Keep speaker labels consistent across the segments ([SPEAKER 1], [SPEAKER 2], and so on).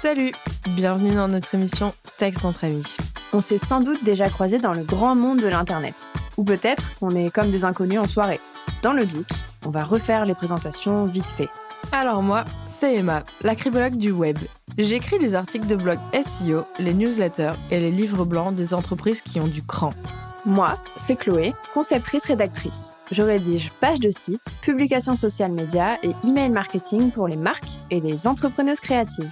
[SPEAKER 1] Salut, bienvenue dans notre émission Texte entre amis.
[SPEAKER 2] On s'est sans doute déjà croisé dans le grand monde de l'Internet. Ou peut-être qu'on est comme des inconnus en soirée. Dans le doute, on va refaire les présentations vite fait.
[SPEAKER 1] Alors moi, c'est Emma, la cribologue du web. J'écris les articles de blog SEO, les newsletters et les livres blancs des entreprises qui ont du cran.
[SPEAKER 2] Moi, c'est Chloé, conceptrice rédactrice. Je rédige pages de sites, publications sociales médias et email marketing pour les marques et les entrepreneuses créatives.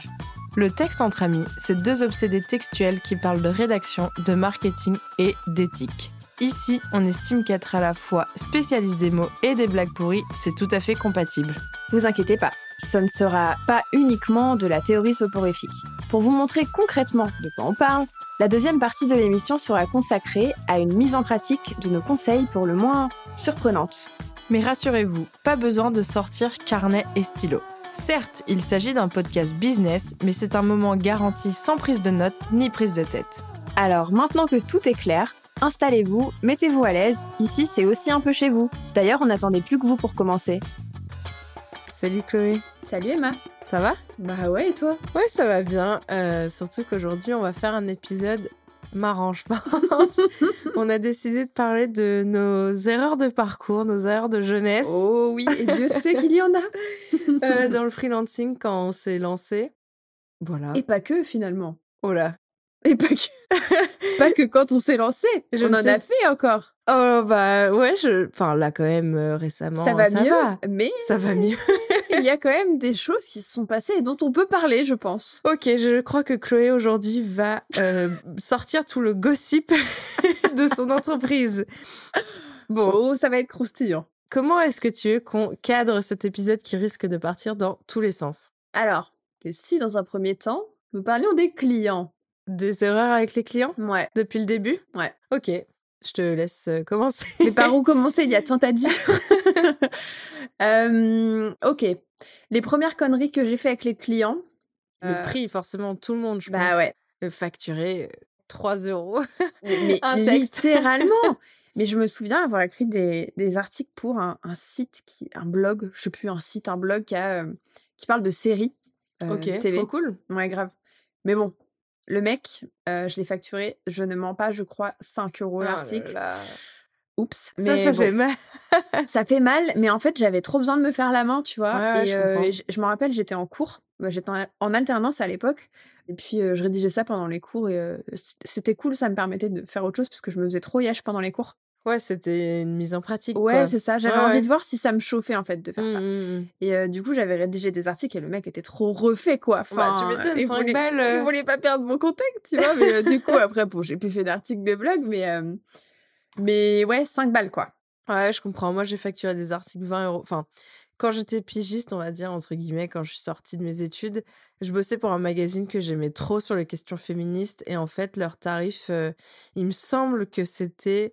[SPEAKER 1] Le texte entre amis, c'est deux obsédés textuels qui parlent de rédaction, de marketing et d'éthique. Ici, on estime qu'être à la fois spécialiste des mots et des blagues pourries, c'est tout à fait compatible.
[SPEAKER 2] Vous inquiétez pas, ça ne sera pas uniquement de la théorie soporifique. Pour vous montrer concrètement de quoi on parle, la deuxième partie de l'émission sera consacrée à une mise en pratique de nos conseils pour le moins surprenante.
[SPEAKER 1] Mais rassurez-vous, pas besoin de sortir carnet et stylo. Certes, il s'agit d'un podcast business, mais c'est un moment garanti sans prise de notes ni prise de tête.
[SPEAKER 2] Alors maintenant que tout est clair, installez-vous, mettez-vous à l'aise, ici c'est aussi un peu chez vous. D'ailleurs, on n'attendait plus que vous pour commencer.
[SPEAKER 1] Salut Chloé,
[SPEAKER 2] Salut Emma
[SPEAKER 1] ça va
[SPEAKER 2] Bah ouais et toi
[SPEAKER 1] Ouais, ça va bien. Euh, surtout qu'aujourd'hui, on va faire un épisode marrant, je pense. on a décidé de parler de nos erreurs de parcours, nos erreurs de jeunesse
[SPEAKER 2] Oh oui, et Dieu sait qu'il y en a
[SPEAKER 1] euh, dans le freelancing quand on s'est lancé. Voilà.
[SPEAKER 2] Et pas que finalement.
[SPEAKER 1] Oh là.
[SPEAKER 2] Et pas que, pas que quand on s'est lancé.
[SPEAKER 1] Je
[SPEAKER 2] on
[SPEAKER 1] ne
[SPEAKER 2] en
[SPEAKER 1] sais-
[SPEAKER 2] a fait encore.
[SPEAKER 1] Oh bah ouais, je... Enfin là quand même euh, récemment.
[SPEAKER 2] ça va mieux, mais
[SPEAKER 1] Ça va mieux.
[SPEAKER 2] il y a quand même des choses qui se sont passées et dont on peut parler, je pense.
[SPEAKER 1] Ok, je crois que Chloé aujourd'hui va euh, sortir tout le gossip de son entreprise. Bon,
[SPEAKER 2] Oh, ça va être croustillant.
[SPEAKER 1] Comment est-ce que tu veux qu'on cadre cet épisode qui risque de partir dans tous les sens
[SPEAKER 2] Alors, et si dans un premier temps, nous parlions des clients
[SPEAKER 1] Des erreurs avec les clients
[SPEAKER 2] Ouais.
[SPEAKER 1] depuis le début
[SPEAKER 2] Ouais.
[SPEAKER 1] Ok, je te laisse euh, commencer.
[SPEAKER 2] Mais par où commencer Il y a tant à dire. Euh, ok. Les premières conneries que j'ai fait avec les clients. euh,
[SPEAKER 1] Le prix, forcément, tout le monde, je pense.
[SPEAKER 2] Bah ouais. Euh,
[SPEAKER 1] Le facturer euh, 3 euros.
[SPEAKER 2] Mais
[SPEAKER 1] Un texte.
[SPEAKER 2] littéralement. Mais je me souviens avoir écrit des, des articles pour un, un site, qui, un blog, je sais plus, un site, un blog qui, a, euh, qui parle de séries euh,
[SPEAKER 1] ok,
[SPEAKER 2] TV.
[SPEAKER 1] trop cool.
[SPEAKER 2] Ouais, grave. Mais bon, le mec, euh, je l'ai facturé, je ne mens pas, je crois, 5 euros
[SPEAKER 1] Oh là
[SPEAKER 2] l'article.
[SPEAKER 1] là.
[SPEAKER 2] Oups.
[SPEAKER 1] Ça,
[SPEAKER 2] Mais
[SPEAKER 1] ça
[SPEAKER 2] bon,
[SPEAKER 1] fait mal.
[SPEAKER 2] ça fait mal, mais en fait, j'avais trop besoin de me faire la main, tu vois.
[SPEAKER 1] Ouais, ouais,
[SPEAKER 2] et
[SPEAKER 1] je
[SPEAKER 2] euh,
[SPEAKER 1] comprends.
[SPEAKER 2] je, je me rappelle, j'étais en cours, Bah, j'étais en, en alternance à l'époque, et puis euh, je rédigeais ça pendant les cours, et euh, c- c'était cool, ça me permettait de faire autre chose, parce que je me faisais trop yèche pendant les cours.
[SPEAKER 1] Ouais, c'était une mise en pratique.
[SPEAKER 2] Ouais,
[SPEAKER 1] quoi.
[SPEAKER 2] c'est ça, j'avais
[SPEAKER 1] Ouais,
[SPEAKER 2] envie
[SPEAKER 1] ouais.
[SPEAKER 2] de voir si ça me chauffait, en fait, de faire ça.
[SPEAKER 1] Mm, mm, mm.
[SPEAKER 2] Et euh, du coup, j'avais rédigé des articles, et le mec était trop refait, quoi.
[SPEAKER 1] Bah,
[SPEAKER 2] Enfin,
[SPEAKER 1] tu m'étonnes,
[SPEAKER 2] il
[SPEAKER 1] 5
[SPEAKER 2] voulait-
[SPEAKER 1] balles.
[SPEAKER 2] je
[SPEAKER 1] euh,
[SPEAKER 2] voulais pas perdre mon contact, tu vois. Mais euh, du coup, après, bon, j'ai plus fait d'articles de blog, mais, euh, mais ouais, 5 balles, quoi.
[SPEAKER 1] Ouais, je comprends. Moi, j'ai facturé des articles 20 euros. Enfin, quand j'étais pigiste, on va dire, entre guillemets, quand je suis sortie de mes études, je bossais pour un magazine que j'aimais trop sur les questions féministes. Et en fait, leur tarif, euh, il me semble que c'était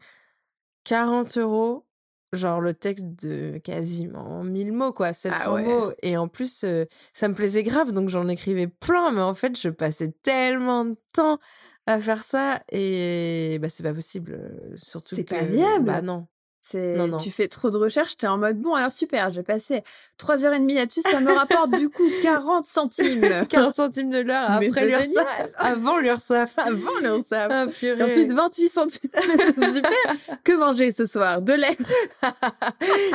[SPEAKER 1] 40 euros, genre le texte de quasiment 1000 mots, quoi, 700
[SPEAKER 2] Ah ouais.
[SPEAKER 1] mots. Et en plus, euh, ça me plaisait grave, donc j'en écrivais plein. Mais en fait, je passais tellement de temps à faire ça. Et bah, c'est pas possible. euh, Surtout
[SPEAKER 2] C'est pas
[SPEAKER 1] que-
[SPEAKER 2] viable.
[SPEAKER 1] Bah non.
[SPEAKER 2] C'est-
[SPEAKER 1] Non, non.
[SPEAKER 2] Tu fais trop de recherches, t'es en mode bon, alors super, j'ai passé 3h30 là-dessus, ça me rapporte du coup 40 centimes.
[SPEAKER 1] 15 centimes de l'heure Ah,
[SPEAKER 2] Mais
[SPEAKER 1] après
[SPEAKER 2] c'est
[SPEAKER 1] l'URSSAF.
[SPEAKER 2] génial.
[SPEAKER 1] Avant l'URSSAF.
[SPEAKER 2] Avant le savent.
[SPEAKER 1] Ah, purée.
[SPEAKER 2] Et Ensuite 28 centimes. C'est super. Que manger ce soir De lait.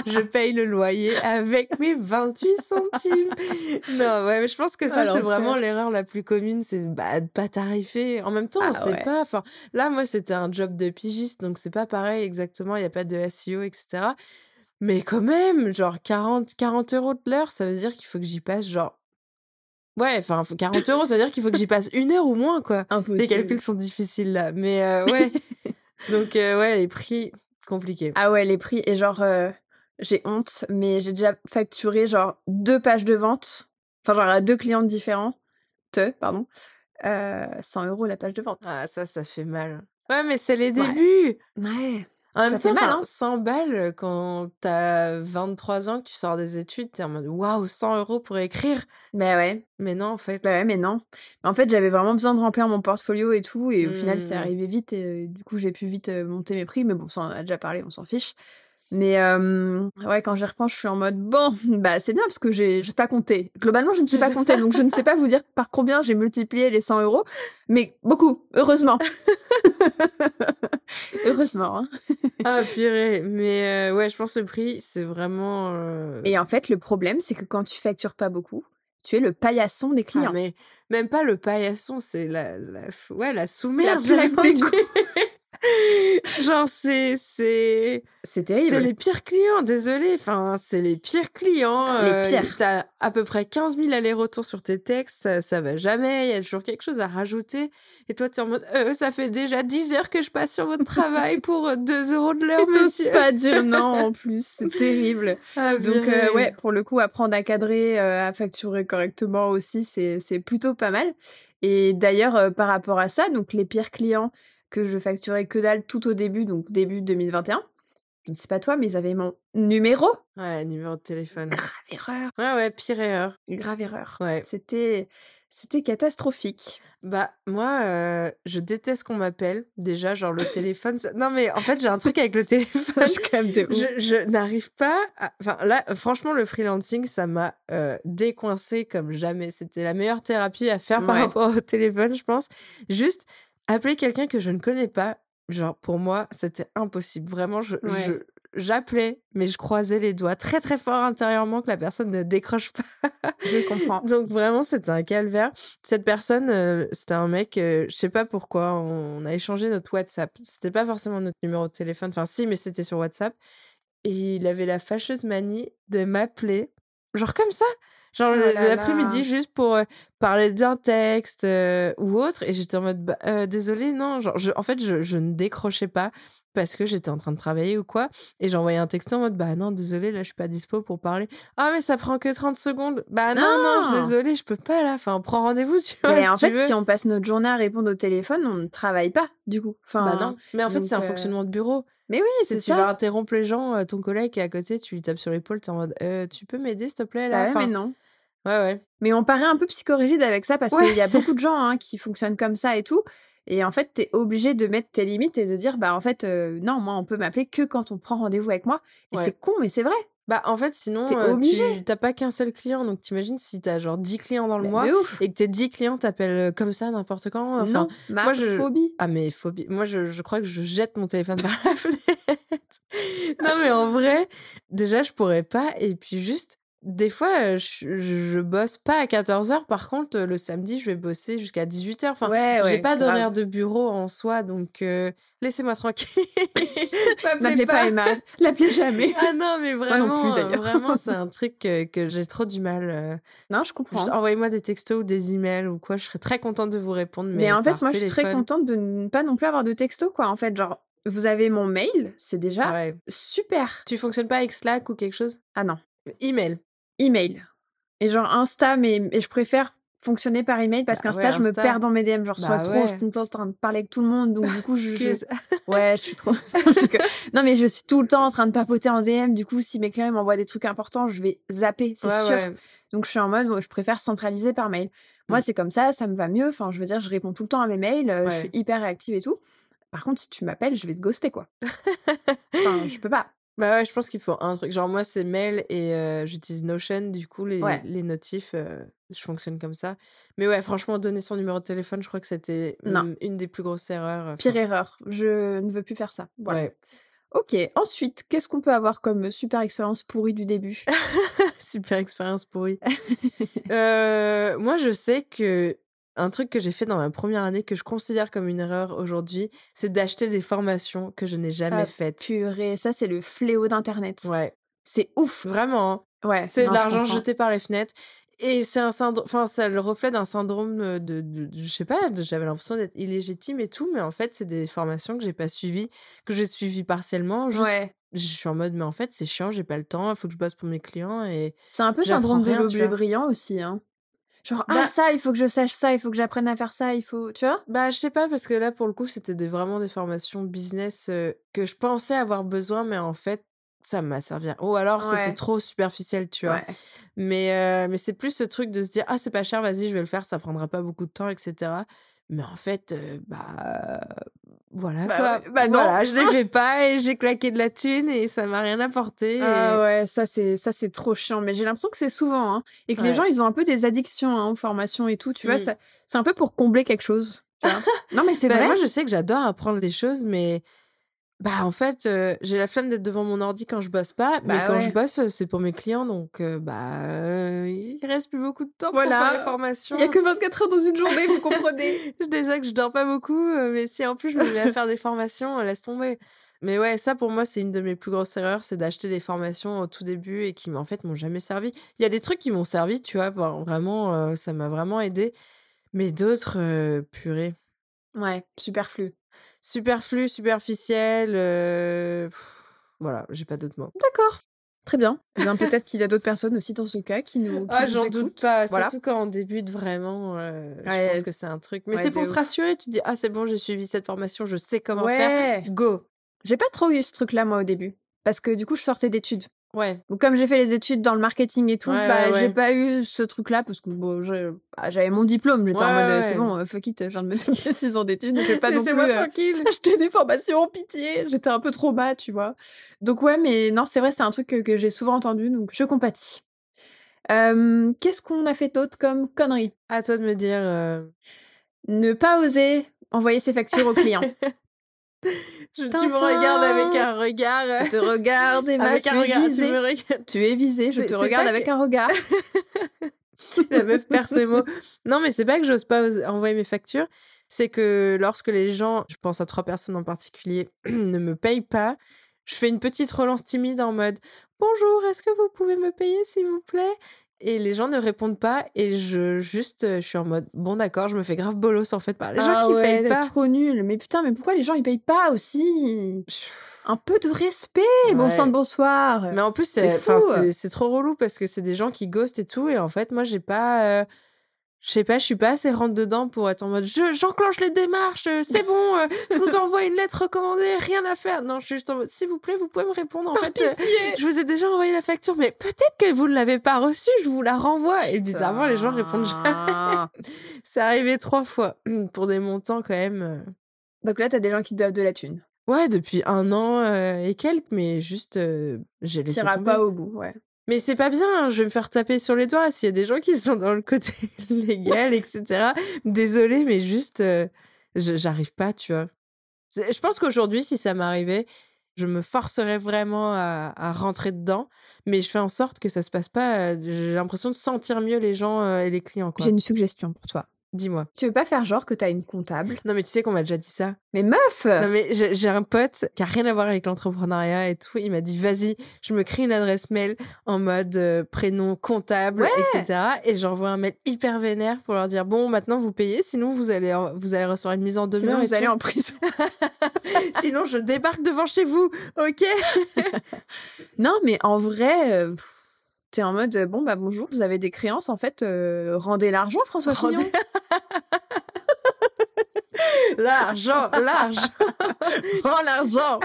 [SPEAKER 1] je paye le loyer avec mes 28 centimes. Non, ouais, mais je pense que ça,
[SPEAKER 2] Ah,
[SPEAKER 1] c'est
[SPEAKER 2] l'enfer.
[SPEAKER 1] vraiment l'erreur la plus commune, c'est bah, de pas tarifer. En même temps, on
[SPEAKER 2] Ah,
[SPEAKER 1] sait
[SPEAKER 2] ouais.
[SPEAKER 1] pas. Enfin, là, moi, c'était un job de pigiste, donc c'est pas pareil exactement. Il n'y a pas de E SEO, etc. Mais quand même, genre 40, 40 euros de l'heure, ça veut dire qu'il faut que j'y passe genre. Ouais, enfin, 40 euros, ça veut dire qu'il faut que j'y passe une heure ou moins, quoi.
[SPEAKER 2] Impossible.
[SPEAKER 1] Les calculs sont difficiles là, mais euh, ouais. Donc euh, ouais, les prix compliqués.
[SPEAKER 2] Ah ouais, les prix. Et genre, euh, j'ai honte, mais j'ai déjà facturé genre deux pages de vente. Enfin, genre à deux clientes différentes. Pardon. Euh, 100 euros la page de vente.
[SPEAKER 1] Ah ça, ça fait mal. Ouais, mais c'est les
[SPEAKER 2] Ouais.
[SPEAKER 1] débuts.
[SPEAKER 2] Ouais.
[SPEAKER 1] En même
[SPEAKER 2] fait
[SPEAKER 1] temps,
[SPEAKER 2] mal,
[SPEAKER 1] enfin,
[SPEAKER 2] hein.
[SPEAKER 1] 100 balles euh, quand t'as 23 ans, que tu sors des études, t'es en mode waouh, 100 euros pour écrire.
[SPEAKER 2] Bah ouais.
[SPEAKER 1] Mais non, en fait.
[SPEAKER 2] Bah ouais, mais non. En fait, j'avais vraiment besoin de remplir mon portfolio et tout, et au final, c'est
[SPEAKER 1] Hmm.
[SPEAKER 2] arrivé vite, et euh, du coup, j'ai pu vite euh, monter mes prix, mais bon, ça, on en a déjà parlé, on s'en fiche. Mais euh, ouais, quand j'y repense, je suis en mode bon, bah c'est bien parce que j'ai, je sais pas compter. Globalement, je ne sais pas compter, donc je ne sais pas vous dire par combien j'ai multiplié les 100 euros, mais beaucoup, heureusement. heureusement. Hein.
[SPEAKER 1] Ah purée, mais euh, ouais, je pense que le prix, c'est vraiment. euh,
[SPEAKER 2] Et en fait, le problème, c'est que quand tu factures pas beaucoup, tu es le paillasson des
[SPEAKER 1] ah,
[SPEAKER 2] clients.
[SPEAKER 1] mais même pas le paillasson, c'est la, la, f- ouais, la
[SPEAKER 2] La
[SPEAKER 1] sous-merde.
[SPEAKER 2] plaque
[SPEAKER 1] j'allais
[SPEAKER 2] d'égout.
[SPEAKER 1] dire. Genre, c'est, c'est,
[SPEAKER 2] C'est
[SPEAKER 1] c'est
[SPEAKER 2] terrible.
[SPEAKER 1] les pires clients, désolé. Enfin, c'est les pires clients.
[SPEAKER 2] Les
[SPEAKER 1] euh,
[SPEAKER 2] pires.
[SPEAKER 1] T'as à peu près 15 000 allers-retours sur tes textes, ça, ça va jamais, il y a toujours quelque chose à rajouter. Et toi, t'es en mode, euh, ça fait déjà 10 heures que je passe sur votre travail pour euh, 2 euros de l'heure,
[SPEAKER 2] Ils n'osent
[SPEAKER 1] monsieur.
[SPEAKER 2] pas dire non en plus, c'est terrible.
[SPEAKER 1] Ah,
[SPEAKER 2] Donc euh,
[SPEAKER 1] purée.
[SPEAKER 2] ouais, pour le coup, apprendre à cadrer, euh, à facturer correctement aussi, c'est c'est plutôt pas mal. Et d'ailleurs, euh, par rapport à ça, donc les pires clients que je facturais que dalle tout au début, donc début 2021, je ne sais pas toi, mais ils avaient mon numéro.
[SPEAKER 1] Ouais, numéro de téléphone.
[SPEAKER 2] Grave erreur,
[SPEAKER 1] Ouais, ouais, pire erreur.
[SPEAKER 2] grave erreur.
[SPEAKER 1] Ouais.
[SPEAKER 2] C'était c'était catastrophique.
[SPEAKER 1] Bah, moi, euh, je déteste qu'on m'appelle. Déjà, genre le téléphone. ça- Non, mais en fait, j'ai un truc avec le téléphone.
[SPEAKER 2] quand même de ouf.
[SPEAKER 1] Je, je n'arrive pas. à- Enfin, là, franchement, le freelancing, ça m'a euh, décoincé comme jamais. C'était la meilleure thérapie à faire par
[SPEAKER 2] Ouais.
[SPEAKER 1] rapport au téléphone, je pense. Juste appeler quelqu'un que je ne connais pas. Genre, pour moi, c'était impossible. Vraiment, je.
[SPEAKER 2] Ouais.
[SPEAKER 1] je- J'appelais, mais je croisais les doigts très très fort intérieurement que la personne ne décroche pas.
[SPEAKER 2] Je comprends.
[SPEAKER 1] Donc vraiment, c'était un calvaire. Cette personne, euh, c'était un mec, euh, je sais pas pourquoi, on a échangé notre WhatsApp. C'était pas forcément notre numéro de téléphone, enfin si, mais c'était sur WhatsApp. Et il avait la fâcheuse manie de m'appeler, genre comme ça, genre
[SPEAKER 2] Oh
[SPEAKER 1] le-
[SPEAKER 2] là là.
[SPEAKER 1] l'après-midi, juste pour euh, parler d'un texte euh, ou autre. Et j'étais en mode, bah, euh, désolée, non, genre, je- en fait, je, je ne décrochais pas parce que j'étais en train de travailler ou quoi. Et j'envoyais un texto en mode, bah non, désolée, là, je suis pas dispo pour parler. Ah, mais ça prend que 30 secondes. Bah non, non, je
[SPEAKER 2] Ah.
[SPEAKER 1] suis désolée, je peux pas là. Enfin, prends rendez-vous, tu vois.
[SPEAKER 2] Mais
[SPEAKER 1] si
[SPEAKER 2] en
[SPEAKER 1] tu
[SPEAKER 2] fait,
[SPEAKER 1] veux.
[SPEAKER 2] si on passe notre journée à répondre au téléphone, on ne travaille pas du coup. Enfin,
[SPEAKER 1] Bah non. Mais en fait, c'est un
[SPEAKER 2] donc, euh,
[SPEAKER 1] fonctionnement de bureau.
[SPEAKER 2] Mais oui,
[SPEAKER 1] Si
[SPEAKER 2] c'est
[SPEAKER 1] tu
[SPEAKER 2] ça.
[SPEAKER 1] vas interrompre les gens, euh, ton collègue qui est à côté, tu lui tapes sur l'épaule, t'es en mode, Euh, tu peux m'aider, s'il te plaît,
[SPEAKER 2] Bah
[SPEAKER 1] là.
[SPEAKER 2] ouais,
[SPEAKER 1] Enfin,
[SPEAKER 2] mais non.
[SPEAKER 1] ouais, ouais.
[SPEAKER 2] Mais on paraît un peu psychorigide avec ça parce
[SPEAKER 1] Ouais.
[SPEAKER 2] qu'il y a beaucoup de gens hein, qui fonctionnent comme ça et tout. Et en fait, t'es obligé de mettre tes limites et de dire, bah en fait, euh, non, moi, on peut m'appeler que quand on prend rendez-vous avec moi. Et
[SPEAKER 1] Ouais.
[SPEAKER 2] c'est con, mais c'est vrai.
[SPEAKER 1] Bah en fait, sinon,
[SPEAKER 2] T'es
[SPEAKER 1] euh,
[SPEAKER 2] obligé.
[SPEAKER 1] tu t'as pas qu'un seul client. Donc t'imagines si t'as genre 10 clients dans le
[SPEAKER 2] Mais-
[SPEAKER 1] mois
[SPEAKER 2] mais ouf.
[SPEAKER 1] et que tes 10 clients t'appellent euh, comme ça n'importe quand. Enfin,
[SPEAKER 2] non, ma
[SPEAKER 1] moi, je-
[SPEAKER 2] phobie.
[SPEAKER 1] Ah mais phobie. Moi je, je crois que je jette mon téléphone par la fenêtre. non mais en vrai, déjà je pourrais pas. Et puis juste, des fois euh, je, je- je bosse pas à 14h. Par contre euh, le samedi je vais bosser jusqu'à 18h. Enfin,
[SPEAKER 2] ouais, ouais.
[SPEAKER 1] j'ai pas
[SPEAKER 2] grave.
[SPEAKER 1] d'horaire de bureau en soi. Donc euh, laissez-moi tranquille.
[SPEAKER 2] M'appelez pas Emma. L'appelez jamais.
[SPEAKER 1] Ah non mais
[SPEAKER 2] non
[SPEAKER 1] vraiment,
[SPEAKER 2] plus,
[SPEAKER 1] euh,
[SPEAKER 2] d'ailleurs.
[SPEAKER 1] vraiment c'est un truc que, que j'ai trop du mal. euh,
[SPEAKER 2] non, je comprends.
[SPEAKER 1] Juste envoyez-moi des textos ou des emails ou quoi, je serais très contente de vous répondre. Mais,
[SPEAKER 2] Mais, en fait,
[SPEAKER 1] par
[SPEAKER 2] moi, je suis très
[SPEAKER 1] téléphone,
[SPEAKER 2] contente de ne pas non plus avoir de texto, quoi. En fait, genre, vous avez mon mail, c'est déjà
[SPEAKER 1] ouais.
[SPEAKER 2] super.
[SPEAKER 1] Tu fonctionnes pas avec Slack ou quelque chose
[SPEAKER 2] Ah non.
[SPEAKER 1] Email.
[SPEAKER 2] email. Et genre Insta, mais et je préfère fonctionner par email parce
[SPEAKER 1] Bah
[SPEAKER 2] qu'Insta,
[SPEAKER 1] ouais,
[SPEAKER 2] je me
[SPEAKER 1] Insta.
[SPEAKER 2] perds dans mes DM. Genre,
[SPEAKER 1] Bah
[SPEAKER 2] soit trop,
[SPEAKER 1] ouais.
[SPEAKER 2] je suis tout le temps en train de parler avec tout le monde. Donc, du coup, je. je-
[SPEAKER 1] Excuse.
[SPEAKER 2] Ouais, je suis trop. je suis que- non, mais je suis tout le temps en train de papoter en DM. Du coup, si mes clients ils m'envoient des trucs importants, je vais zapper, c'est
[SPEAKER 1] Ouais,
[SPEAKER 2] sûr.
[SPEAKER 1] ouais.
[SPEAKER 2] Donc, je suis en mode, ouais, je préfère centraliser par mail. Moi,
[SPEAKER 1] Mm.
[SPEAKER 2] c'est comme ça, ça me va mieux. Enfin, je veux dire, je réponds tout le temps à mes mails, euh, je
[SPEAKER 1] Ouais.
[SPEAKER 2] suis hyper réactive et tout. Par contre, si tu m'appelles, je vais te ghoster, quoi. Enfin, je peux pas.
[SPEAKER 1] Bah ouais, je pense qu'il faut un truc. Genre, moi, c'est mail et euh, j'utilise Notion. Du coup, les,
[SPEAKER 2] Ouais.
[SPEAKER 1] les notifs, euh, je fonctionne comme ça. Mais ouais, franchement, donner son numéro de téléphone, je crois que c'était
[SPEAKER 2] Non.
[SPEAKER 1] mm, une des plus grosses erreurs. euh,
[SPEAKER 2] Pire
[SPEAKER 1] enfin,
[SPEAKER 2] erreur. Je ne veux plus faire ça. Voilà.
[SPEAKER 1] Ouais.
[SPEAKER 2] Ok, ensuite, qu'est-ce qu'on peut avoir comme euh, super expérience pourrie du début
[SPEAKER 1] Super expérience pourrie. Euh, moi, je sais que un truc que j'ai fait dans ma première année que je considère comme une erreur aujourd'hui, c'est d'acheter des formations que je n'ai jamais
[SPEAKER 2] Ah,
[SPEAKER 1] faites.
[SPEAKER 2] Purée, ça c'est le fléau d'Internet.
[SPEAKER 1] Ouais,
[SPEAKER 2] C'est ouf.
[SPEAKER 1] vraiment. hein.
[SPEAKER 2] Ouais.
[SPEAKER 1] C'est
[SPEAKER 2] non,
[SPEAKER 1] de
[SPEAKER 2] je
[SPEAKER 1] l'argent
[SPEAKER 2] comprends.
[SPEAKER 1] jeté par les fenêtres. Et c'est un syndrome, enfin, ça le reflet d'un syndrome euh, de, de- de- je sais pas, de- j'avais l'impression d'être illégitime et tout, mais en fait, c'est des formations que j'ai pas suivies, que j'ai suivies partiellement. Juste,
[SPEAKER 2] Ouais.
[SPEAKER 1] je suis en mode, mais en fait, c'est chiant, j'ai pas le temps, il faut que je bosse pour mes clients et.
[SPEAKER 2] C'est un peu
[SPEAKER 1] J'apprends
[SPEAKER 2] syndrome de
[SPEAKER 1] rien, tu
[SPEAKER 2] l'objet
[SPEAKER 1] vois.
[SPEAKER 2] brillant aussi. Hein. Genre, ah
[SPEAKER 1] Bah-
[SPEAKER 2] ça, il faut que je sache ça, il faut que j'apprenne à faire ça, il faut. Tu vois
[SPEAKER 1] Bah, je sais pas, parce que là, pour le coup, c'était des, vraiment des formations business euh, que je pensais avoir besoin, mais en fait, ça m'a servi à... Ou alors,
[SPEAKER 2] Ouais.
[SPEAKER 1] c'était trop superficiel, tu vois.
[SPEAKER 2] Ouais.
[SPEAKER 1] Mais, euh, mais c'est plus ce truc de se dire Ah, c'est pas cher, vas-y, je vais le faire, ça prendra pas beaucoup de temps, etc. Mais en fait, euh, bah, Voilà
[SPEAKER 3] Bah
[SPEAKER 1] quoi.
[SPEAKER 3] ouais, bah non.
[SPEAKER 1] Voilà, je l'ai fait pas et j'ai claqué de la thune et ça m'a rien apporté. et-
[SPEAKER 2] Ah ouais, ça c'est ça c'est trop chiant. Mais j'ai l'impression que c'est souvent hein, et que
[SPEAKER 1] Ouais.
[SPEAKER 2] les gens ils ont un peu des addictions hein, aux formations et tout. Tu vois,
[SPEAKER 1] Mm.
[SPEAKER 2] ça- c'est un peu pour combler quelque chose. tu vois. non mais c'est
[SPEAKER 1] Bah,
[SPEAKER 2] vrai.
[SPEAKER 1] Moi, je sais que j'adore apprendre des choses, mais bah en fait, euh, j'ai la flemme d'être devant mon ordi quand je bosse pas, mais
[SPEAKER 2] Bah
[SPEAKER 1] quand
[SPEAKER 2] ouais.
[SPEAKER 1] je bosse, euh, c'est pour mes clients, donc euh, bah euh, il reste plus beaucoup de temps
[SPEAKER 2] Voilà.
[SPEAKER 1] pour faire les formations.
[SPEAKER 2] Il y a que 24 heures dans une journée, vous comprenez
[SPEAKER 1] Déjà que je dors pas beaucoup, euh, mais si en plus je me mets à faire des formations, euh, laisse tomber. Mais ouais, ça pour moi, c'est une de mes plus grosses erreurs, c'est d'acheter des formations au tout début et qui en fait m'ont jamais servi. Il y a des trucs qui m'ont servi, tu vois, bon, vraiment, euh, ça m'a vraiment aidé, mais d'autres, euh, purée.
[SPEAKER 2] Ouais, superflu.
[SPEAKER 1] Superflu, superficiel, euh, pff, voilà, j'ai pas d'autres mots.
[SPEAKER 2] D'accord. Très bien. Eh bien, Peut-être qu'il y a d'autres personnes aussi dans ce cas qui nous. qui
[SPEAKER 1] Ah,
[SPEAKER 2] nous
[SPEAKER 1] j'en
[SPEAKER 2] écoutent.
[SPEAKER 1] doute pas,
[SPEAKER 2] Voilà.
[SPEAKER 1] surtout quand on débute vraiment, euh,
[SPEAKER 2] Ouais.
[SPEAKER 1] je pense que c'est un truc. Mais
[SPEAKER 2] Ouais,
[SPEAKER 1] c'est pour
[SPEAKER 2] de
[SPEAKER 1] se
[SPEAKER 2] ouf.
[SPEAKER 1] rassurer, tu te dis, ah c'est bon, j'ai suivi cette formation, je sais comment faire,
[SPEAKER 2] Ouais.
[SPEAKER 1] go.
[SPEAKER 2] J'ai pas trop eu ce truc-là moi au début parce que du coup je sortais d'études.
[SPEAKER 1] Ouais,
[SPEAKER 2] Donc, comme j'ai fait les études dans le marketing et tout,
[SPEAKER 1] Ouais,
[SPEAKER 2] bah,
[SPEAKER 1] ouais, ouais.
[SPEAKER 2] j'ai pas eu ce truc-là parce que bon, j'ai- ah, j'avais mon diplôme. J'étais en
[SPEAKER 1] Ouais,
[SPEAKER 2] mode,
[SPEAKER 1] ouais,
[SPEAKER 2] euh,
[SPEAKER 1] ouais.
[SPEAKER 2] c'est bon, euh, fuck it, je viens de me donner 6 ans d'études, je vais pas non plus
[SPEAKER 1] Laissez-moi
[SPEAKER 2] euh,
[SPEAKER 1] tranquille.
[SPEAKER 2] acheter des formations, pitié. J'étais un peu trop bas, tu vois. Donc, ouais, mais non, c'est vrai, c'est un truc que, que j'ai souvent entendu, donc je compatis. Euh, Qu'est-ce qu'on a fait d'autre comme connerie
[SPEAKER 1] À toi de me dire. euh,
[SPEAKER 2] Ne pas oser envoyer ses factures au client.
[SPEAKER 1] je- tu me
[SPEAKER 2] Tintin.
[SPEAKER 1] regardes avec un regard. euh,
[SPEAKER 2] Je te regarde, Emma,
[SPEAKER 1] avec
[SPEAKER 2] tu
[SPEAKER 1] un
[SPEAKER 2] es
[SPEAKER 1] regard. Tu
[SPEAKER 2] visée.
[SPEAKER 1] me regardes.
[SPEAKER 2] Tu es visée, je
[SPEAKER 1] C'est-
[SPEAKER 2] te
[SPEAKER 1] c'est
[SPEAKER 2] regarde
[SPEAKER 1] pas
[SPEAKER 2] avec
[SPEAKER 1] que-
[SPEAKER 2] un regard.
[SPEAKER 1] La meuf perd ses mots. Non, mais c'est pas que j'ose pas os- envoyer mes factures. C'est que lorsque les gens, je pense à trois personnes en particulier, ne me payent pas, je fais une petite relance timide en mode Bonjour, est-ce que vous pouvez me payer s'il vous plaît Et les gens ne répondent pas et je juste, euh, je suis en mode Bon, d'accord, je me fais grave bolos en fait par les gens
[SPEAKER 2] ah
[SPEAKER 1] qui
[SPEAKER 2] ouais,
[SPEAKER 1] payent pas.
[SPEAKER 2] trop nul. Mais putain, mais pourquoi les gens ils payent pas aussi
[SPEAKER 1] Je-
[SPEAKER 2] Un peu de respect, bon
[SPEAKER 1] Ouais.
[SPEAKER 2] sang de bonsoir.
[SPEAKER 1] Mais en plus,
[SPEAKER 2] C'est
[SPEAKER 1] c'est enfin,
[SPEAKER 2] fou. euh.
[SPEAKER 1] c'est- c'est trop relou parce que c'est des gens qui ghostent et tout. Et en fait, moi, j'ai pas. euh, Je sais pas, je suis pas assez rentre dedans pour être en mode je j'enclenche les démarches, euh, c'est bon, euh, je vous envoie une lettre recommandée, rien à faire. Non, je suis juste en mode s'il vous plaît, vous pouvez me répondre. En fait, euh, je vous ai déjà envoyé la facture, mais peut-être que vous ne l'avez pas reçue, je vous la renvoie. Et bizarrement, les gens répondent jamais.
[SPEAKER 2] jamais.
[SPEAKER 1] C'est arrivé trois fois pour des montants quand même. euh,
[SPEAKER 2] Donc là, t'as des gens qui te doivent de la thune.
[SPEAKER 1] Ouais, depuis un an euh, et quelques, mais juste euh, j'ai laissé
[SPEAKER 2] T'iras
[SPEAKER 1] tomber.
[SPEAKER 2] pas au bout, ouais.
[SPEAKER 1] Mais c'est pas bien, hein, je vais me faire taper sur les doigts s'il y a des gens qui sont dans le côté légal, etc. Désolée, mais juste, euh, je- j'arrive pas, tu vois. C'est- Je pense qu'aujourd'hui, si ça m'arrivait, je me forcerais vraiment à, à rentrer dedans, mais je fais en sorte que ça se passe pas. euh, J'ai l'impression de sentir mieux les gens euh, et les clients, quoi.
[SPEAKER 2] J'ai une suggestion pour toi.
[SPEAKER 1] Dis-moi.
[SPEAKER 2] Tu veux pas faire genre que t'as une comptable
[SPEAKER 1] Non, mais tu sais qu'on m'a déjà dit ça.
[SPEAKER 2] Mais meuf
[SPEAKER 1] Non, mais j'ai j'ai un pote qui a rien à voir avec l'entrepreneuriat et tout. Il m'a dit, vas-y, je me crée une adresse mail en mode euh, prénom comptable,
[SPEAKER 2] Ouais.
[SPEAKER 1] etc. Et j'envoie un mail hyper vénère pour leur dire, bon, maintenant vous payez, sinon vous allez, en- vous allez recevoir une mise en demeure.
[SPEAKER 2] Sinon,
[SPEAKER 1] et
[SPEAKER 2] vous allez
[SPEAKER 1] tout.
[SPEAKER 2] en prison.
[SPEAKER 1] sinon je débarque devant chez vous, ok
[SPEAKER 2] non, mais en vrai, euh, pff, t'es en mode euh, bon, bah bonjour, vous avez des créances, en fait, euh, rendez l'argent, François
[SPEAKER 1] Rendez-
[SPEAKER 2] Fillon.
[SPEAKER 1] L'argent, l'argent.
[SPEAKER 2] Rends l'argent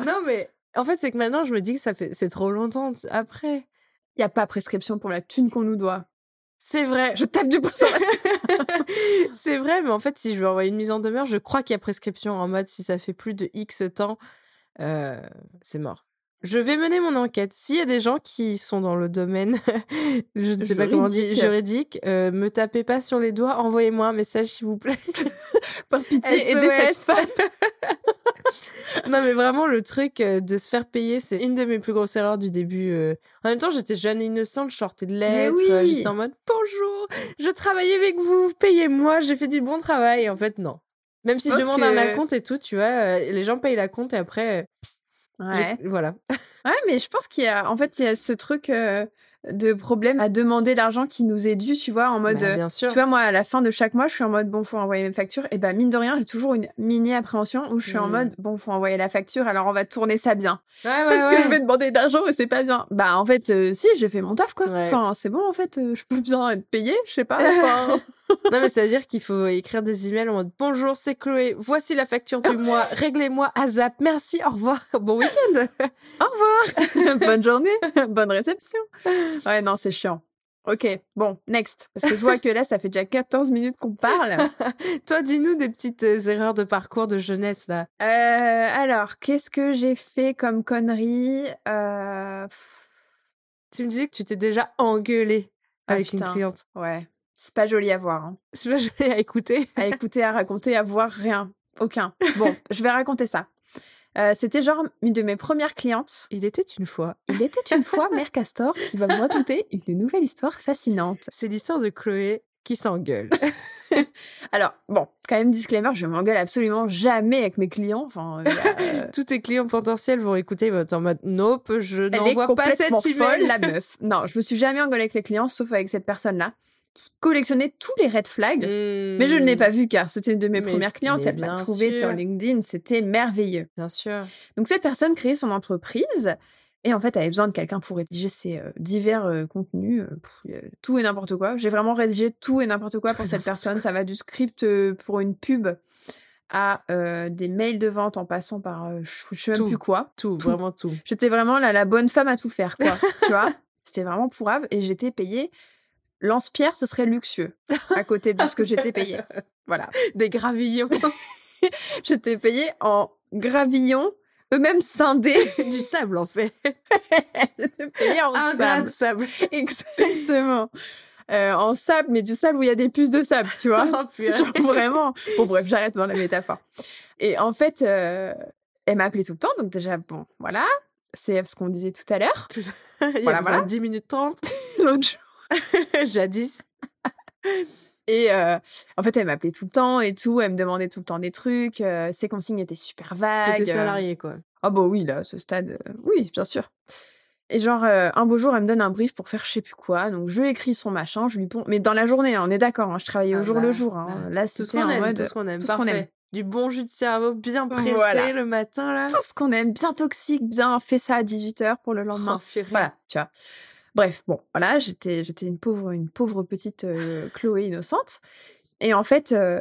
[SPEAKER 1] non, mais en fait, c'est que maintenant je me dis que ça fait, c'est trop longtemps t- après.
[SPEAKER 2] Y a pas prescription pour la thune qu'on nous doit.
[SPEAKER 1] C'est vrai.
[SPEAKER 2] Je tape du poing sur la
[SPEAKER 1] c'est vrai, mais en fait, si je lui envoie une mise en demeure, je crois qu'il y a prescription en mode si ça fait plus de X temps, euh, c'est mort. Je vais mener mon enquête. S'il y a des gens qui sont dans le domaine, je ne sais pas comment on dit,
[SPEAKER 2] Juridique.
[SPEAKER 1] juridique, euh, me tapez pas sur les doigts, envoyez-moi un message s'il vous plaît.
[SPEAKER 2] Par pitié, aidez cette
[SPEAKER 1] SOS.
[SPEAKER 2] femme.
[SPEAKER 1] non, mais vraiment, le truc euh, de se faire payer, c'est une de mes plus grosses erreurs du début. euh. En même temps, j'étais jeune et innocente, je sortais de
[SPEAKER 2] Mais
[SPEAKER 1] lettres,
[SPEAKER 2] oui.
[SPEAKER 1] euh, j'étais en mode bonjour, je travaille avec vous, payez-moi, j'ai fait du bon travail. Et en fait, non. Même si je
[SPEAKER 2] Parce
[SPEAKER 1] demande
[SPEAKER 2] que-
[SPEAKER 1] un acompte et tout, tu vois, euh, les gens payent l'acompte et après, euh, j'ai-
[SPEAKER 2] Ouais.
[SPEAKER 1] voilà.
[SPEAKER 2] ouais, mais je pense qu'il y a, en fait, il y a ce truc euh, de problème à demander l'argent qui nous est dû, tu vois, en mode.
[SPEAKER 1] Bah,
[SPEAKER 2] euh,
[SPEAKER 1] bien sûr.
[SPEAKER 2] Tu vois, moi, à la fin de chaque mois, je suis en mode bon, faut envoyer mes factures. Et bah, mine de rien, j'ai toujours une mini appréhension où je suis en
[SPEAKER 1] Hmm.
[SPEAKER 2] mode bon, faut envoyer la facture, alors on va tourner ça bien.
[SPEAKER 1] Ouais, ouais,
[SPEAKER 2] Parce
[SPEAKER 1] ouais.
[SPEAKER 2] que je vais demander d'argent et c'est pas bien. Bah, en fait, euh, si, j'ai fait mon taf, quoi.
[SPEAKER 1] Ouais.
[SPEAKER 2] Enfin, c'est bon, en fait, euh, je peux bien être payée, je sais pas. enfin.
[SPEAKER 1] Non, mais ça veut dire qu'il faut écrire des emails en mode bonjour, c'est Chloé, voici la facture du mois, réglez-moi à zap, merci, au revoir, bon week-end.
[SPEAKER 2] Bonne journée, bonne réception. Ouais, non, c'est chiant. Ok, bon, next. Parce que je vois que là, ça fait déjà 14 minutes qu'on parle.
[SPEAKER 1] Toi, dis-nous des petites euh, erreurs de parcours de jeunesse, là.
[SPEAKER 2] Euh, alors, qu'est-ce que j'ai fait comme connerie Euh, pff,
[SPEAKER 1] Tu me disais que tu t'es déjà engueulée
[SPEAKER 2] Ah,
[SPEAKER 1] avec une
[SPEAKER 2] putain.
[SPEAKER 1] cliente.
[SPEAKER 2] Ouais, c'est pas joli à voir. hein.
[SPEAKER 1] Je sais pas, je vais à écouter.
[SPEAKER 2] À écouter, à raconter, à voir, rien. Aucun. Bon, je vais raconter ça. Euh, C'était genre une de mes premières clientes.
[SPEAKER 1] Il était une fois.
[SPEAKER 2] Il était une fois Mère Castor qui va vous raconter une nouvelle histoire fascinante.
[SPEAKER 1] C'est l'histoire de Chloé qui s'engueule.
[SPEAKER 2] Alors, bon, quand même disclaimer, je m'engueule absolument jamais avec mes clients. Enfin, euh, euh,
[SPEAKER 1] Tous tes clients potentiels vont écouter, ils vont être en mode Nope, je
[SPEAKER 2] elle est
[SPEAKER 1] n'envoie pas
[SPEAKER 2] complètement
[SPEAKER 1] cette
[SPEAKER 2] folle,
[SPEAKER 1] email.
[SPEAKER 2] la meuf. Non, je me suis jamais engueulée avec les clients, sauf avec cette personne-là, qui collectionnait tous les red flags.
[SPEAKER 1] Mmh.
[SPEAKER 2] Mais je ne l'ai pas vue car c'était une de mes
[SPEAKER 1] Mais-
[SPEAKER 2] premières clientes.
[SPEAKER 1] mais
[SPEAKER 2] Elle m'a
[SPEAKER 1] bien
[SPEAKER 2] trouvée sur
[SPEAKER 1] sûr.
[SPEAKER 2] LinkedIn. C'était merveilleux.
[SPEAKER 1] Bien sûr.
[SPEAKER 2] Donc cette personne créait son entreprise et en fait avait besoin de quelqu'un pour rédiger ses euh, divers euh, contenus, euh, pff, euh, tout et n'importe quoi. J'ai vraiment rédigé tout et n'importe quoi
[SPEAKER 1] Tout
[SPEAKER 2] pour
[SPEAKER 1] et
[SPEAKER 2] cette
[SPEAKER 1] n'importe
[SPEAKER 2] personne. Ça va du script euh, pour une pub à euh, des mails de vente en passant par euh, je je sais même
[SPEAKER 1] Tout.
[SPEAKER 2] plus quoi.
[SPEAKER 1] Tout,
[SPEAKER 2] Tout.
[SPEAKER 1] vraiment tout.
[SPEAKER 2] J'étais vraiment la, la bonne femme à tout faire, quoi. tu vois C'était vraiment pourrave et j'étais payée. Lance-pierre, ce serait luxueux à côté de ce que j'étais payée. Voilà.
[SPEAKER 1] Des gravillons
[SPEAKER 2] J'étais payée en gravillon, eux-mêmes scindés.
[SPEAKER 1] du sable, en fait.
[SPEAKER 2] J'étais payée en
[SPEAKER 1] Un grain de
[SPEAKER 2] sable.
[SPEAKER 1] sable.
[SPEAKER 2] Exactement. Euh, en sable, mais du sable où il y a des puces de sable, tu vois.
[SPEAKER 1] Oh, purée.
[SPEAKER 2] Genre vraiment. Bon, bref, j'arrête dans la métaphore. Et en fait, euh, elle m'a appelée tout le temps, donc déjà, bon, voilà. C'est ce qu'on disait tout à l'heure,
[SPEAKER 1] Il y
[SPEAKER 2] Voilà,
[SPEAKER 1] a
[SPEAKER 2] voilà.
[SPEAKER 1] 10 minutes 30,
[SPEAKER 2] l'autre jour.
[SPEAKER 1] jadis.
[SPEAKER 2] Et euh, en fait, elle m'appelait tout le temps et tout. Elle me demandait tout le temps des trucs. euh, ses consignes étaient super vagues.
[SPEAKER 1] T'étais
[SPEAKER 2] euh,
[SPEAKER 1] salarié, quoi.
[SPEAKER 2] Ah bah oui, là, à ce stade, euh, oui, bien sûr. Et genre, euh, un beau jour, elle me donne un brief pour faire je sais plus quoi. Donc, je lui écris son machin, je lui pond... Mais dans la journée, hein, on est d'accord, hein, je travaillais au
[SPEAKER 1] Ah
[SPEAKER 2] jour
[SPEAKER 1] bah,
[SPEAKER 2] le jour. hein.
[SPEAKER 1] bah,
[SPEAKER 2] Là,
[SPEAKER 1] Tout ce
[SPEAKER 2] c'était
[SPEAKER 1] qu'on
[SPEAKER 2] en
[SPEAKER 1] aime,
[SPEAKER 2] mode...
[SPEAKER 1] tout ce qu'on aime,
[SPEAKER 2] tout ce qu'on
[SPEAKER 1] parfait.
[SPEAKER 2] aime.
[SPEAKER 1] Du bon jus de cerveau bien pressé
[SPEAKER 2] Voilà.
[SPEAKER 1] le matin, là.
[SPEAKER 2] euh, Tout ce qu'on aime, bien toxique, bien fait ça à 18h pour le lendemain.
[SPEAKER 1] Oh, purée.
[SPEAKER 2] Voilà, tu vois. Bref, bon, voilà, j'étais j'étais une pauvre une pauvre petite euh, Chloé innocente. Et en fait, euh,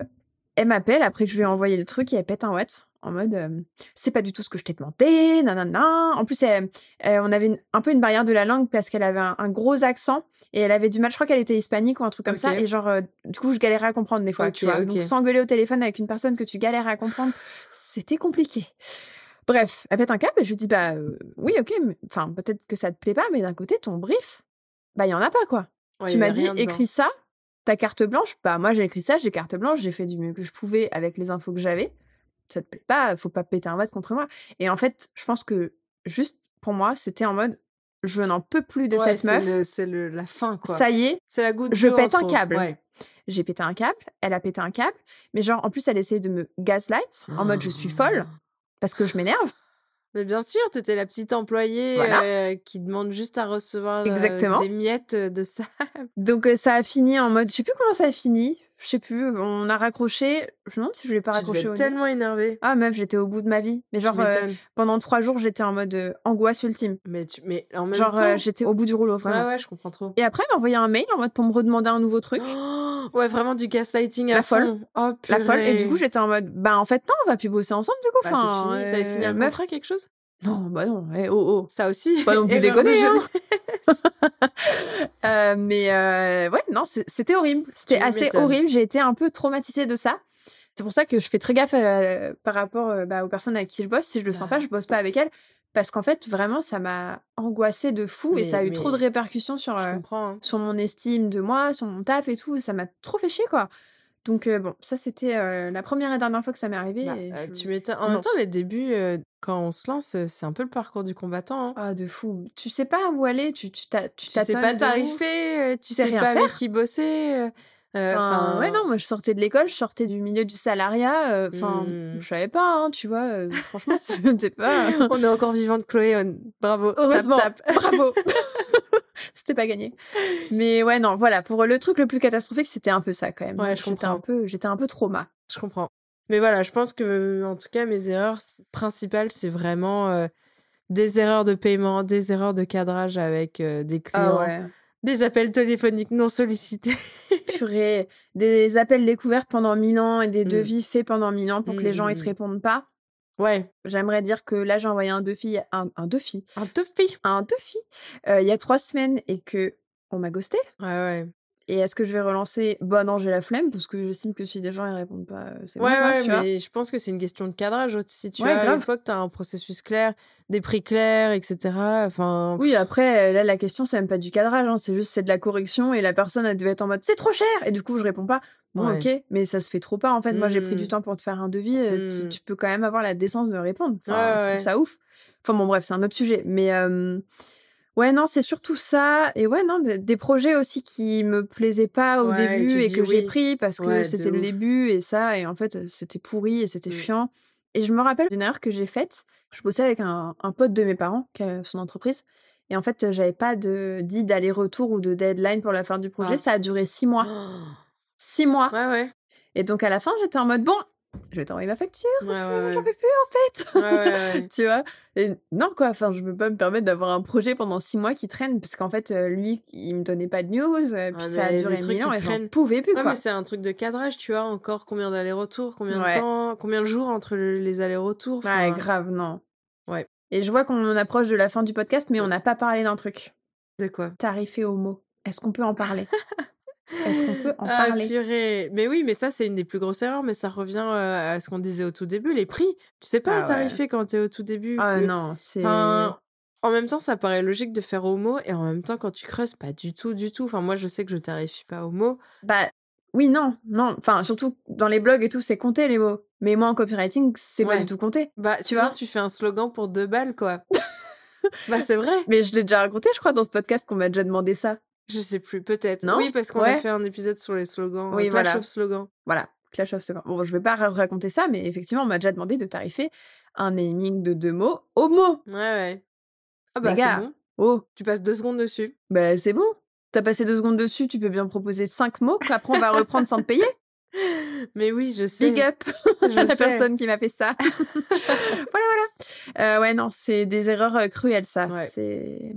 [SPEAKER 2] elle m'appelle après que je lui ai envoyé le truc et elle pète un watt en mode euh, c'est pas du tout ce que je t'ai demandé, nanana. En plus, elle- elle- on avait une- un peu une barrière de la langue parce qu'elle avait un, un gros accent et elle avait du mal. Je crois qu'elle était hispanique ou un truc comme ça.
[SPEAKER 1] Ok.
[SPEAKER 2] Et genre, euh, du coup, je galérais à comprendre des fois, tu
[SPEAKER 1] Ok,
[SPEAKER 2] vois.
[SPEAKER 1] ok.
[SPEAKER 2] Donc, s'engueuler au téléphone avec une personne que tu galères à comprendre, c'était compliqué. Bref, elle pète un câble et je lui dis bah euh, oui ok, mais- enfin peut-être que ça te plaît pas, mais d'un côté ton brief, bah il y en a pas quoi.
[SPEAKER 1] Ouais,
[SPEAKER 2] tu
[SPEAKER 1] y
[SPEAKER 2] m'as
[SPEAKER 1] avait
[SPEAKER 2] dit
[SPEAKER 1] rien dedans.
[SPEAKER 2] écris ça, ta carte blanche, bah moi j'ai écrit ça, j'ai carte blanche, j'ai fait du mieux que je pouvais avec les infos que j'avais. Ça te plaît pas, faut pas péter un vote contre moi. Et en fait, je pense que juste pour moi c'était en mode je n'en peux plus de
[SPEAKER 1] Ouais,
[SPEAKER 2] cette
[SPEAKER 1] c'est
[SPEAKER 2] meuf.
[SPEAKER 1] le- C'est le- la fin, quoi.
[SPEAKER 2] Ça y est,
[SPEAKER 1] C'est la goutte
[SPEAKER 2] Je
[SPEAKER 1] d'eau, en
[SPEAKER 2] pète un
[SPEAKER 1] trop.
[SPEAKER 2] câble.
[SPEAKER 1] Ouais.
[SPEAKER 2] j'ai pété un câble, elle a pété un câble, mais genre en plus elle essayait de me gaslight en mode je suis folle
[SPEAKER 1] Ah.
[SPEAKER 2] parce que je m'énerve.
[SPEAKER 1] Mais bien sûr, t'étais la petite employée
[SPEAKER 2] Voilà.
[SPEAKER 1] euh, qui demande juste à recevoir euh,
[SPEAKER 2] Exactement.
[SPEAKER 1] des miettes euh, de ça.
[SPEAKER 2] Donc euh, ça a fini en mode, je sais plus comment ça a fini, je sais plus, on a raccroché, je me demande si je l'ai pas
[SPEAKER 1] tu devais
[SPEAKER 2] raccroché
[SPEAKER 1] être
[SPEAKER 2] au nez.
[SPEAKER 1] tellement énervée.
[SPEAKER 2] Ah meuf, j'étais au bout de ma vie, mais genre
[SPEAKER 1] Tu
[SPEAKER 2] euh,
[SPEAKER 1] m'étonnes.
[SPEAKER 2] pendant trois jours j'étais en mode euh, angoisse ultime,
[SPEAKER 1] mais, tu... mais en même
[SPEAKER 2] genre
[SPEAKER 1] temps...
[SPEAKER 2] euh, j'étais au bout du rouleau vraiment.
[SPEAKER 1] ouais, ouais, je comprends trop.
[SPEAKER 2] Et après elle m'a envoyé un mail en mode pour me redemander un nouveau truc,
[SPEAKER 1] Oh, ouais, vraiment du gaslighting à
[SPEAKER 2] La folle.
[SPEAKER 1] fond. Oh,
[SPEAKER 2] la folle, et
[SPEAKER 1] purée.
[SPEAKER 2] du coup j'étais en mode, bah en fait non, on va plus bosser ensemble du coup,
[SPEAKER 1] Bah,
[SPEAKER 2] enfin,
[SPEAKER 1] c'est fini. T'avais signé
[SPEAKER 2] euh,
[SPEAKER 1] un
[SPEAKER 2] meuf,
[SPEAKER 1] contrat, quelque chose
[SPEAKER 2] non bah non, eh, oh oh.
[SPEAKER 1] Ça aussi.
[SPEAKER 2] Pas non plus
[SPEAKER 1] erreur de
[SPEAKER 2] déconner, hein.
[SPEAKER 1] jeunesse.
[SPEAKER 2] Euh, mais euh, ouais, non, c'est- c'était horrible. C'était
[SPEAKER 1] Tu
[SPEAKER 2] assez
[SPEAKER 1] m'étonnes.
[SPEAKER 2] horrible. J'ai été un peu traumatisée de ça. C'est pour ça que je fais très gaffe euh, par rapport euh, bah, aux personnes avec qui je bosse. Si je le sens
[SPEAKER 1] Bah.
[SPEAKER 2] pas, je bosse pas avec elles. Parce qu'en fait, vraiment, ça m'a angoissée de fou et
[SPEAKER 1] Mais-
[SPEAKER 2] ça a eu
[SPEAKER 1] mais-
[SPEAKER 2] trop de répercussions sur,
[SPEAKER 1] Je
[SPEAKER 2] euh,
[SPEAKER 1] comprends. hein.
[SPEAKER 2] sur mon estime de moi, sur mon taf et tout. Ça m'a trop fait chier, quoi. Donc, euh, bon, ça, c'était euh, la première et dernière fois que ça m'est arrivé.
[SPEAKER 1] Bah,
[SPEAKER 2] et
[SPEAKER 1] euh,
[SPEAKER 2] je-
[SPEAKER 1] Tu m'étonnes. En
[SPEAKER 2] Non.
[SPEAKER 1] même temps, les débuts, euh, quand on se lance, euh, c'est un peu le parcours du combattant. hein.
[SPEAKER 2] Ah, de fou. Tu sais pas où aller. Tu, tu, t'a- tu
[SPEAKER 1] tu sais
[SPEAKER 2] tâtonnes
[SPEAKER 1] pas
[SPEAKER 2] de ouf.
[SPEAKER 1] tarifer, euh, tu
[SPEAKER 2] Tu sais
[SPEAKER 1] sais
[SPEAKER 2] rien
[SPEAKER 1] pas avec qui bosser. euh, euh,
[SPEAKER 2] Enfin,
[SPEAKER 1] enfin,
[SPEAKER 2] ouais, non, moi je sortais de l'école, je sortais du milieu du salariat. euh, Enfin,
[SPEAKER 1] Hmm.
[SPEAKER 2] je savais pas, hein, tu vois. euh, franchement, c'était pas.
[SPEAKER 1] On est encore vivante, Chloé. on- Bravo. Tap,
[SPEAKER 2] Heureusement.
[SPEAKER 1] tap.
[SPEAKER 2] Bravo. c'était pas gagné. Mais ouais, non, voilà. Pour le truc le plus catastrophique, c'était un peu ça quand même.
[SPEAKER 1] Ouais, je
[SPEAKER 2] j'étais un
[SPEAKER 1] comprends.
[SPEAKER 2] peu, j'étais un peu trauma.
[SPEAKER 1] Je comprends. Mais voilà, je pense que, euh, en tout cas, mes erreurs s- principales, c'est vraiment euh, des erreurs de paiement, des erreurs de cadrage avec euh,
[SPEAKER 2] Ah
[SPEAKER 1] des clients, des appels téléphoniques non sollicités.
[SPEAKER 2] Purée, des appels découverts pendant mille ans et des
[SPEAKER 1] Hmm.
[SPEAKER 2] devis faits pendant mille ans pour que les
[SPEAKER 1] Hmm,
[SPEAKER 2] gens ils
[SPEAKER 1] hmm,
[SPEAKER 2] te
[SPEAKER 1] hmm.
[SPEAKER 2] répondent pas.
[SPEAKER 1] Ouais,
[SPEAKER 2] J'aimerais dire que là j'ai envoyé un defi, un, un defi,
[SPEAKER 1] un toffee.
[SPEAKER 2] un defi euh, il y a trois semaines et que on m'a ghosté.
[SPEAKER 1] Ouais, ouais.
[SPEAKER 2] Et est-ce que je vais relancer Bah non, j'ai la flemme parce que j'estime que si des gens ils répondent pas, euh, c'est bon,
[SPEAKER 1] ouais,
[SPEAKER 2] quoi,
[SPEAKER 1] ouais,
[SPEAKER 2] tu vois.
[SPEAKER 1] mais je pense que c'est une question de cadrage aussi. Si tu
[SPEAKER 2] Ouais,
[SPEAKER 1] as,
[SPEAKER 2] grave.
[SPEAKER 1] une fois que tu as un processus clair, des prix clairs, etc. Enfin,
[SPEAKER 2] Oui, après, euh, là, la question, c'est même pas du cadrage, hein, c'est juste, c'est de la correction et la personne, elle devait être en mode, c'est trop cher Et du coup, je réponds pas. Bon,
[SPEAKER 1] Ouais.
[SPEAKER 2] ok, mais ça se fait trop pas, en fait. Moi, j'ai pris
[SPEAKER 1] Mm.
[SPEAKER 2] du temps pour te faire un devis, euh, tu-
[SPEAKER 1] Mm.
[SPEAKER 2] tu peux quand même avoir la décence de répondre. Enfin,
[SPEAKER 1] Ouais,
[SPEAKER 2] Je
[SPEAKER 1] ouais.
[SPEAKER 2] trouve ça ouf. Enfin, bon, bref, c'est un autre sujet. Mais euh, ouais, non, c'est surtout ça. Et ouais, non, de- des projets aussi qui me plaisaient pas au
[SPEAKER 1] Ouais, et
[SPEAKER 2] début
[SPEAKER 1] tu
[SPEAKER 2] et
[SPEAKER 1] dis
[SPEAKER 2] que j'ai
[SPEAKER 1] oui.
[SPEAKER 2] pris parce que
[SPEAKER 1] Ouais, de
[SPEAKER 2] c'était le
[SPEAKER 1] ouf.
[SPEAKER 2] début et ça, et en fait, euh, c'était pourri et c'était
[SPEAKER 1] Mm.
[SPEAKER 2] chiant. Et je me rappelle d'une erreur que j'ai faite. Je bossais avec un, un pote de mes parents, qui a son entreprise. Et en fait, j'avais pas de, dit d'aller-retour ou de deadline pour la fin du projet.
[SPEAKER 1] Ah.
[SPEAKER 2] Ça a duré six mois.
[SPEAKER 1] ouais,
[SPEAKER 2] Six mois.
[SPEAKER 1] ouais.
[SPEAKER 2] Et donc, à la fin, j'étais en mode, bon, je vais t'envoyer ma facture.
[SPEAKER 1] Ouais,
[SPEAKER 2] parce que
[SPEAKER 1] ouais,
[SPEAKER 2] j'en
[SPEAKER 1] ouais.
[SPEAKER 2] peux plus, en fait.
[SPEAKER 1] Ouais, ouais, ouais.
[SPEAKER 2] tu vois Et non, quoi. Enfin, je peux pas me permettre d'avoir un projet pendant six mois qui traîne. Parce qu'en fait, euh, lui, il me donnait pas de news. euh, Puis
[SPEAKER 1] Ouais,
[SPEAKER 2] ça a
[SPEAKER 1] mais les
[SPEAKER 2] duré
[SPEAKER 1] trucs
[SPEAKER 2] mille ans
[SPEAKER 1] qui
[SPEAKER 2] et j'en
[SPEAKER 1] traînent.
[SPEAKER 2] pouvais plus,
[SPEAKER 1] Ouais,
[SPEAKER 2] quoi.
[SPEAKER 1] mais c'est un truc de cadrage, tu vois, encore combien d'allers-retours, combien
[SPEAKER 2] Ouais.
[SPEAKER 1] de temps, combien de jours entre le- les allers-retours. enfin,
[SPEAKER 2] Ouais, grave, non.
[SPEAKER 1] hein. Ouais.
[SPEAKER 2] Et je vois qu'on approche de la fin du podcast, mais on n'a pas parlé d'un truc.
[SPEAKER 1] De quoi
[SPEAKER 2] Tarifé homo. Est-ce qu'on peut en parler Est-ce qu'on peut en
[SPEAKER 1] Ah,
[SPEAKER 2] parler
[SPEAKER 1] purée. Mais oui, mais ça, c'est une des plus grosses erreurs, mais ça revient euh, à ce qu'on disait au tout début, les prix. Tu sais
[SPEAKER 2] Ah
[SPEAKER 1] pas
[SPEAKER 2] ouais.
[SPEAKER 1] tarifer quand t'es au tout début.
[SPEAKER 2] Ah
[SPEAKER 1] que-
[SPEAKER 2] non, c'est.
[SPEAKER 1] Enfin, en même temps, ça paraît logique de faire homo, et en même temps, quand tu creuses, pas du tout, du tout. Enfin, moi, je sais que je tarifie pas homo.
[SPEAKER 2] Bah oui, non, non. Enfin, surtout dans les blogs et tout, c'est compté les mots. Mais moi en copywriting, c'est pas
[SPEAKER 1] Ouais.
[SPEAKER 2] du tout compté.
[SPEAKER 1] Bah, tu
[SPEAKER 2] vois
[SPEAKER 1] vois, tu fais un slogan pour deux balles, quoi. bah, c'est vrai.
[SPEAKER 2] Mais je l'ai déjà raconté, je crois, dans ce podcast qu'on m'a déjà demandé ça.
[SPEAKER 1] Je sais plus, peut-être.
[SPEAKER 2] Non
[SPEAKER 1] Oui, parce qu'on a
[SPEAKER 2] Ouais.
[SPEAKER 1] fait un épisode sur les slogans. euh,
[SPEAKER 2] Oui,
[SPEAKER 1] Oui, voilà.
[SPEAKER 2] voilà.
[SPEAKER 1] slogan.
[SPEAKER 2] Voilà, Clash of Seconds. Bon, je vais pas ra- raconter ça, mais effectivement, on m'a déjà demandé de tarifer un naming de deux mots homo.
[SPEAKER 1] Ouais, ouais. Ah
[SPEAKER 2] Les
[SPEAKER 1] bah,
[SPEAKER 2] gars.
[SPEAKER 1] c'est bon.
[SPEAKER 2] Oh,
[SPEAKER 1] Tu passes deux secondes dessus.
[SPEAKER 2] bah c'est bon. T'as passé deux secondes dessus, tu peux bien proposer cinq mots, après on va reprendre sans te payer.
[SPEAKER 1] Mais oui, je sais.
[SPEAKER 2] Big up
[SPEAKER 1] je
[SPEAKER 2] à la
[SPEAKER 1] sais.
[SPEAKER 2] personne qui m'a fait ça. voilà, voilà. Euh, ouais, non, c'est des erreurs euh, cruelles, ça.
[SPEAKER 1] Ouais.
[SPEAKER 2] C'est...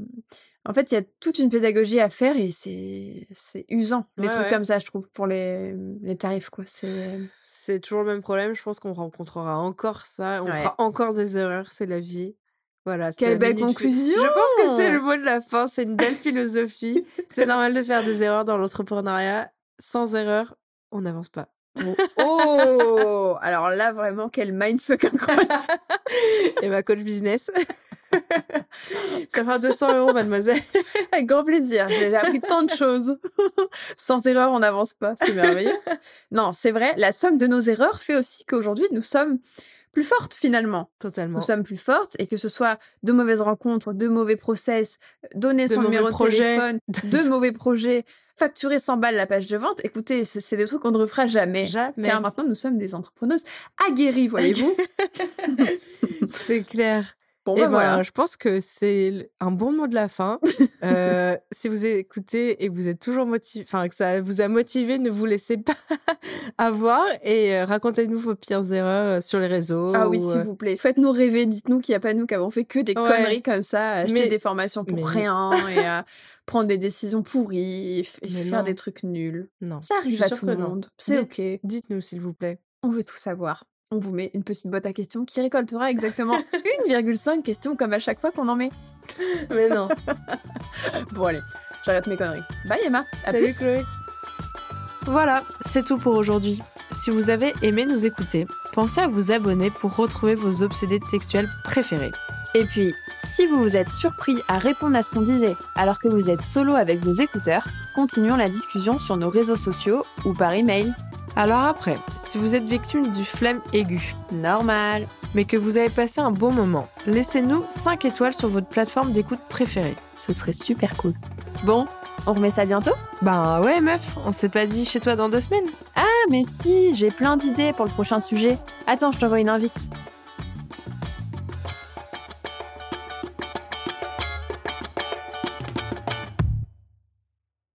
[SPEAKER 2] En fait, il y a toute une pédagogie à faire et c'est, c'est usant, les
[SPEAKER 1] Ouais,
[SPEAKER 2] trucs
[SPEAKER 1] ouais.
[SPEAKER 2] comme ça, je trouve, pour les, les tarifs, quoi. C'est...
[SPEAKER 1] C'est toujours le même problème. Je pense qu'on rencontrera encore ça. On
[SPEAKER 2] Ouais.
[SPEAKER 1] fera encore des erreurs. C'est la vie. Voilà. c'était
[SPEAKER 2] Quelle
[SPEAKER 1] la
[SPEAKER 2] belle
[SPEAKER 1] minute fi-
[SPEAKER 2] conclusion
[SPEAKER 1] Je pense que c'est le mot de la fin. C'est une belle philosophie. c'est normal de faire des erreurs dans l'entrepreneuriat. Sans erreur, on n'avance pas.
[SPEAKER 2] Oh Alors là, vraiment, quel mindfuck incroyable
[SPEAKER 1] Et ma coach business. ça fera 200 euros, mademoiselle.
[SPEAKER 2] Avec grand plaisir, j'ai appris tant de choses. Sans erreur, on n'avance pas, c'est merveilleux. Non, c'est vrai, la somme de nos erreurs fait aussi qu'aujourd'hui, nous sommes plus fortes, finalement.
[SPEAKER 1] Totalement.
[SPEAKER 2] nous sommes plus fortes et que ce soit de mauvaises rencontres, de mauvais process, donner
[SPEAKER 1] De
[SPEAKER 2] son
[SPEAKER 1] mauvais
[SPEAKER 2] numéro de
[SPEAKER 1] projets.
[SPEAKER 2] téléphone, de mauvais projets, facturer 100 balles la page de vente. Écoutez, c'est c'est des trucs qu'on ne refera jamais.
[SPEAKER 1] Jamais.
[SPEAKER 2] Car maintenant, nous sommes des entrepreneuses aguerries, voyez-vous.
[SPEAKER 1] C'est clair.
[SPEAKER 2] Bon,
[SPEAKER 1] Eh
[SPEAKER 2] bah,
[SPEAKER 1] ben,
[SPEAKER 2] voilà.
[SPEAKER 1] je pense que c'est l- un bon mot de la fin. Euh, si vous écoutez et que vous êtes toujours motivé, enfin que ça vous a motivé, ne vous laissez pas avoir et euh, racontez-nous vos pires erreurs euh, sur les réseaux.
[SPEAKER 2] Ah oui,
[SPEAKER 1] ou,
[SPEAKER 2] s'il
[SPEAKER 1] euh,
[SPEAKER 2] vous plaît. Faites-nous rêver. Dites-nous qu'il n'y a pas nous qui avons fait que des
[SPEAKER 1] Ouais.
[SPEAKER 2] conneries comme ça, acheter
[SPEAKER 1] Mais-
[SPEAKER 2] des formations pour
[SPEAKER 1] mais-
[SPEAKER 2] rien et à prendre des décisions pourries et, f- et
[SPEAKER 1] Mais
[SPEAKER 2] faire
[SPEAKER 1] non.
[SPEAKER 2] des trucs nuls.
[SPEAKER 1] Non.
[SPEAKER 2] Ça arrive
[SPEAKER 1] suis
[SPEAKER 2] à
[SPEAKER 1] sûre
[SPEAKER 2] tout
[SPEAKER 1] que
[SPEAKER 2] le
[SPEAKER 1] non.
[SPEAKER 2] monde. C'est
[SPEAKER 1] Dites-
[SPEAKER 2] OK.
[SPEAKER 1] Dites-nous s'il vous plaît.
[SPEAKER 2] On veut tout savoir. On vous met une petite boîte à questions qui récoltera exactement 1,5 questions comme à chaque fois qu'on en met.
[SPEAKER 1] Mais non.
[SPEAKER 2] Bon allez, j'arrête mes conneries. Bye Emma, à
[SPEAKER 1] Salut
[SPEAKER 2] plus.
[SPEAKER 1] Chloé.
[SPEAKER 4] Voilà, c'est tout pour aujourd'hui. Si vous avez aimé nous écouter, pensez à vous abonner pour retrouver vos obsédés textuels préférés.
[SPEAKER 3] Et puis, si vous vous êtes surpris à répondre à ce qu'on disait alors que vous êtes solo avec vos écouteurs, continuons la discussion sur nos réseaux sociaux ou par email.
[SPEAKER 4] Alors après, si vous êtes victime du flemme aiguë,
[SPEAKER 3] Normal.
[SPEAKER 4] mais que vous avez passé un bon moment, laissez-nous 5 étoiles sur votre plateforme d'écoute préférée.
[SPEAKER 3] Ce serait super cool. Bon, on remet ça bientôt
[SPEAKER 4] Bah ouais meuf, on s'est pas dit chez toi dans deux semaines
[SPEAKER 3] Ah mais si, j'ai plein d'idées pour le prochain sujet. Attends, je t'envoie une invite.